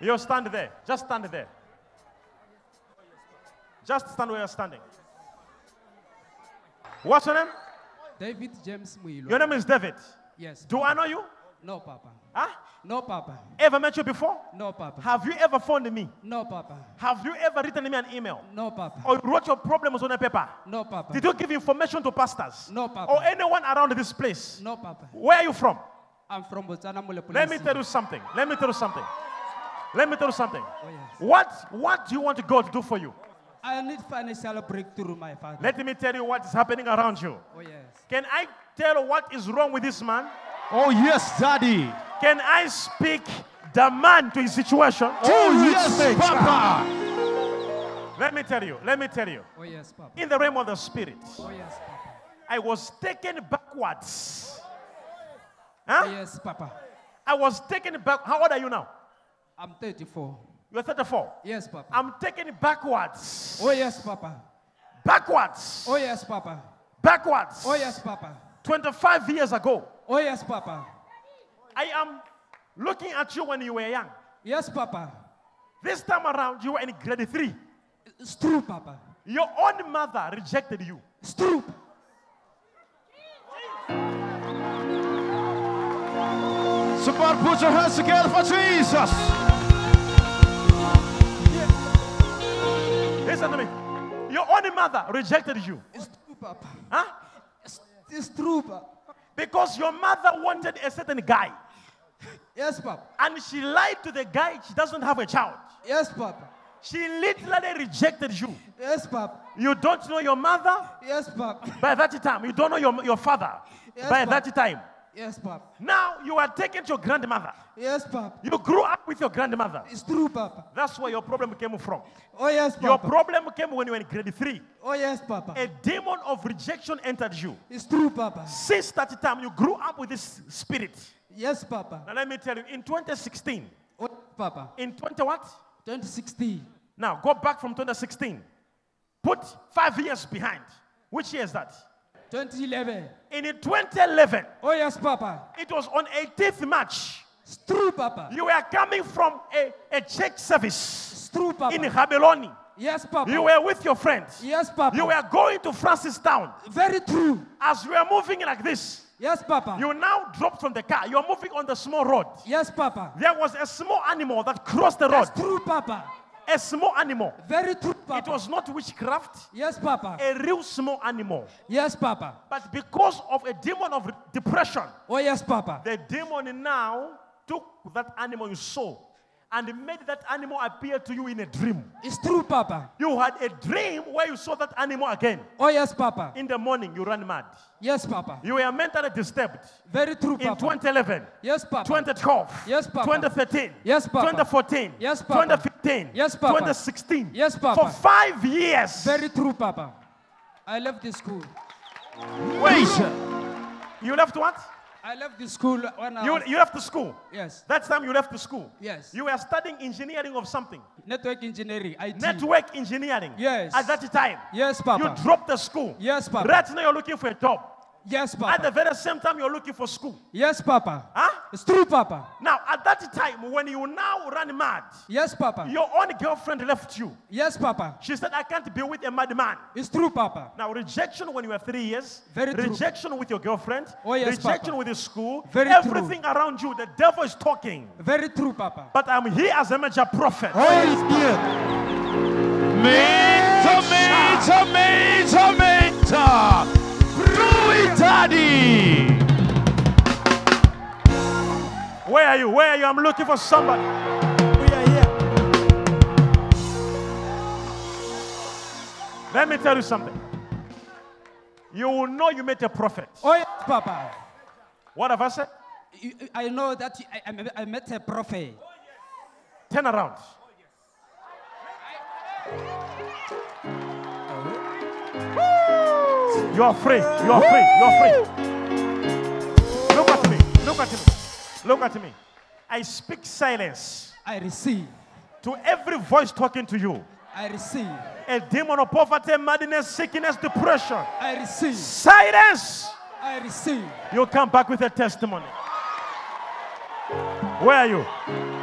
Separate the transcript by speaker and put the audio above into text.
Speaker 1: You stand there. Just stand there. Just stand where you're standing. What's your name?
Speaker 2: David James Muilo.
Speaker 1: Your name is David.
Speaker 2: Yes.
Speaker 1: Do I know you?
Speaker 2: No, Papa.
Speaker 1: Huh?
Speaker 2: No, Papa.
Speaker 1: Ever met you before?
Speaker 2: No, Papa.
Speaker 1: Have you ever phoned me?
Speaker 2: No, Papa.
Speaker 1: Have you ever written me an email?
Speaker 2: No, Papa.
Speaker 1: Or you wrote your problems on a paper?
Speaker 2: No, Papa.
Speaker 1: Oh, Did Oh, eh. you give information to pastors?
Speaker 2: No, Papa.
Speaker 1: Or anyone around this place?
Speaker 2: No, Papa.
Speaker 1: Where are you from?
Speaker 2: I'm from Botswana Mulepolisi.
Speaker 1: Let me tell you something. Let me tell you something. Let me tell you something.
Speaker 2: Oh, yes.
Speaker 1: What, what do you want God to do for you?
Speaker 2: I need financial breakthrough, my father.
Speaker 1: Let me tell you what is happening around you.
Speaker 2: oh, yes.
Speaker 1: Can I tell what is wrong with this man?
Speaker 3: Oh, yes, Daddy.
Speaker 1: Can I speak the man to his situation?
Speaker 3: Oh, yes, Papa.
Speaker 1: Let me tell you, let me tell you.
Speaker 2: Oh, yes, Papa.
Speaker 1: In the realm of the spirit,
Speaker 2: Oh, yes, Papa.
Speaker 1: I was taken backwards.
Speaker 2: Oh,
Speaker 1: Huh?
Speaker 2: yes, Papa.
Speaker 1: I was taken back. How old are you now?
Speaker 2: I'm 34.
Speaker 1: You're 34.
Speaker 2: Yes, Papa.
Speaker 1: I'm taken backwards.
Speaker 2: oh, yes, Papa.
Speaker 1: Backwards.
Speaker 2: Oh, yes, Papa.
Speaker 1: Backwards.
Speaker 2: Oh, yes, Papa.
Speaker 1: 25 years ago,
Speaker 2: Oh, yes, Papa.
Speaker 1: I am looking at you when you were young.
Speaker 2: Yes, Papa.
Speaker 1: This time around, you were in grade three.
Speaker 2: It's true, Papa.
Speaker 1: Your own mother rejected you.
Speaker 2: It's true.
Speaker 3: Somebody put your hands together for Jesus.
Speaker 1: Listen to me. Your own mother rejected you.
Speaker 2: It's true, Papa.
Speaker 1: Huh?
Speaker 2: It's, it's true, Papa.
Speaker 1: Because your mother wanted a certain guy.
Speaker 2: Yes, Papa.
Speaker 1: And she lied to the guy. She doesn't have a child.
Speaker 2: Yes, Papa.
Speaker 1: She literally rejected you.
Speaker 2: Yes, Papa.
Speaker 1: You don't know your mother
Speaker 2: Yes, Papa.
Speaker 1: by that time. You don't know your, your father
Speaker 2: Yes,
Speaker 1: by
Speaker 2: Papa.
Speaker 1: that time.
Speaker 2: Yes, Papa.
Speaker 1: Now you are taken to your grandmother.
Speaker 2: Yes, Papa.
Speaker 1: You grew up with your grandmother.
Speaker 2: It's true, Papa.
Speaker 1: That's where your problem came from.
Speaker 2: Oh, yes, Papa.
Speaker 1: Your problem came when you were in grade three.
Speaker 2: oh, yes, Papa.
Speaker 1: A demon of rejection entered you.
Speaker 2: it's true, Papa.
Speaker 1: Since that time, you grew up with this spirit.
Speaker 2: Yes, Papa.
Speaker 1: Now let me tell you, in 2016,
Speaker 2: Oh, Papa.
Speaker 1: in 20 what?
Speaker 2: 2016.
Speaker 1: Now go back from 2016. Put five years behind. Which year is that?
Speaker 2: 2011.
Speaker 1: In 2011,
Speaker 2: Oh, yes, Papa.
Speaker 1: it was on 18th March.
Speaker 2: It's true, Papa.
Speaker 1: You were coming from a, a church service
Speaker 2: It's true, Papa.
Speaker 1: in Habeloni.
Speaker 2: yes, Papa.
Speaker 1: You were with your friends.
Speaker 2: yes, Papa.
Speaker 1: You were going to Francistown.
Speaker 2: Very true.
Speaker 1: As we are moving like this,
Speaker 2: Yes, Papa.
Speaker 1: you now dropped from the car. You're moving on the small road.
Speaker 2: yes, Papa.
Speaker 1: There was a small animal that crossed the road.
Speaker 2: That's true, Papa.
Speaker 1: A small animal.
Speaker 2: Very true, Papa.
Speaker 1: It was not witchcraft,
Speaker 2: yes, Papa.
Speaker 1: a real small animal.
Speaker 2: yes, Papa.
Speaker 1: But because of a demon of depression,
Speaker 2: Oh, yes, Papa.
Speaker 1: the demon now took that animal you saw and made that animal appear to you in a dream.
Speaker 2: It's true, Papa.
Speaker 1: You had a dream where you saw that animal again.
Speaker 2: Oh, yes, Papa.
Speaker 1: In the morning, you ran mad.
Speaker 2: yes, Papa.
Speaker 1: You were mentally disturbed.
Speaker 2: Very true,
Speaker 1: In
Speaker 2: Papa.
Speaker 1: 2011,
Speaker 2: yes, Papa.
Speaker 1: 2012,
Speaker 2: Yes, Papa.
Speaker 1: 2013,
Speaker 2: Yes, Papa.
Speaker 1: 2014,
Speaker 2: Yes, Papa.
Speaker 1: 2015,
Speaker 2: Yes, Papa.
Speaker 1: 2016.
Speaker 2: Yes, Papa.
Speaker 1: For five years,
Speaker 2: Very true, Papa. I left the school.
Speaker 3: Wait.
Speaker 1: you left what?
Speaker 2: I left the school when I
Speaker 1: You,
Speaker 2: was,
Speaker 1: you left the school.
Speaker 2: yes,
Speaker 1: That time you left the school.
Speaker 2: Uh, Yes.
Speaker 1: You were studying engineering of something.
Speaker 2: network engineering, IT.
Speaker 1: Network engineering.
Speaker 2: Yes.
Speaker 1: At that time.
Speaker 2: Yes, Papa.
Speaker 1: You dropped the school.
Speaker 2: Yes, Papa.
Speaker 1: Right now you're looking for a job.
Speaker 2: yes,
Speaker 1: At the
Speaker 2: Papa.
Speaker 1: very same time you're looking for school.
Speaker 2: yes, Papa.
Speaker 1: Huh?
Speaker 2: It's true, Papa.
Speaker 1: Now at that time when you now run mad,
Speaker 2: Yes, Papa.
Speaker 1: your own girlfriend left you.
Speaker 2: yes, Papa.
Speaker 1: She said, I can't be with a madman.
Speaker 2: It's true, Papa.
Speaker 1: Now, rejection when you were three years,
Speaker 2: Very true.
Speaker 1: rejection with your girlfriend,
Speaker 2: Oh, yes,
Speaker 1: rejection
Speaker 2: Papa.
Speaker 1: with the school,
Speaker 2: Very true.
Speaker 1: everything around you, the devil is talking.
Speaker 2: Very true, Papa.
Speaker 1: But I'm here as a major prophet.
Speaker 3: Oh, yeah. Meter, meter, meter, meter. Do it, Daddy.
Speaker 1: Where are you? Where are you? I'm looking for somebody.
Speaker 3: We are here.
Speaker 1: Let me tell you something. You will know you met a prophet.
Speaker 2: Oh, yes, Papa.
Speaker 1: What have I said?
Speaker 2: You- you- I know that you- I, I met- I met a prophet.
Speaker 1: Turn around. You're free. You're free. You're free. Look at me. Look at me. Look at me. I speak silence
Speaker 2: I receive.
Speaker 1: to every voice talking to you.
Speaker 2: I receive.
Speaker 1: A demon of poverty, madness, sickness, depression.
Speaker 2: I receive.
Speaker 1: Silence.
Speaker 2: I receive.
Speaker 1: You'll come back with a testimony. Where are you?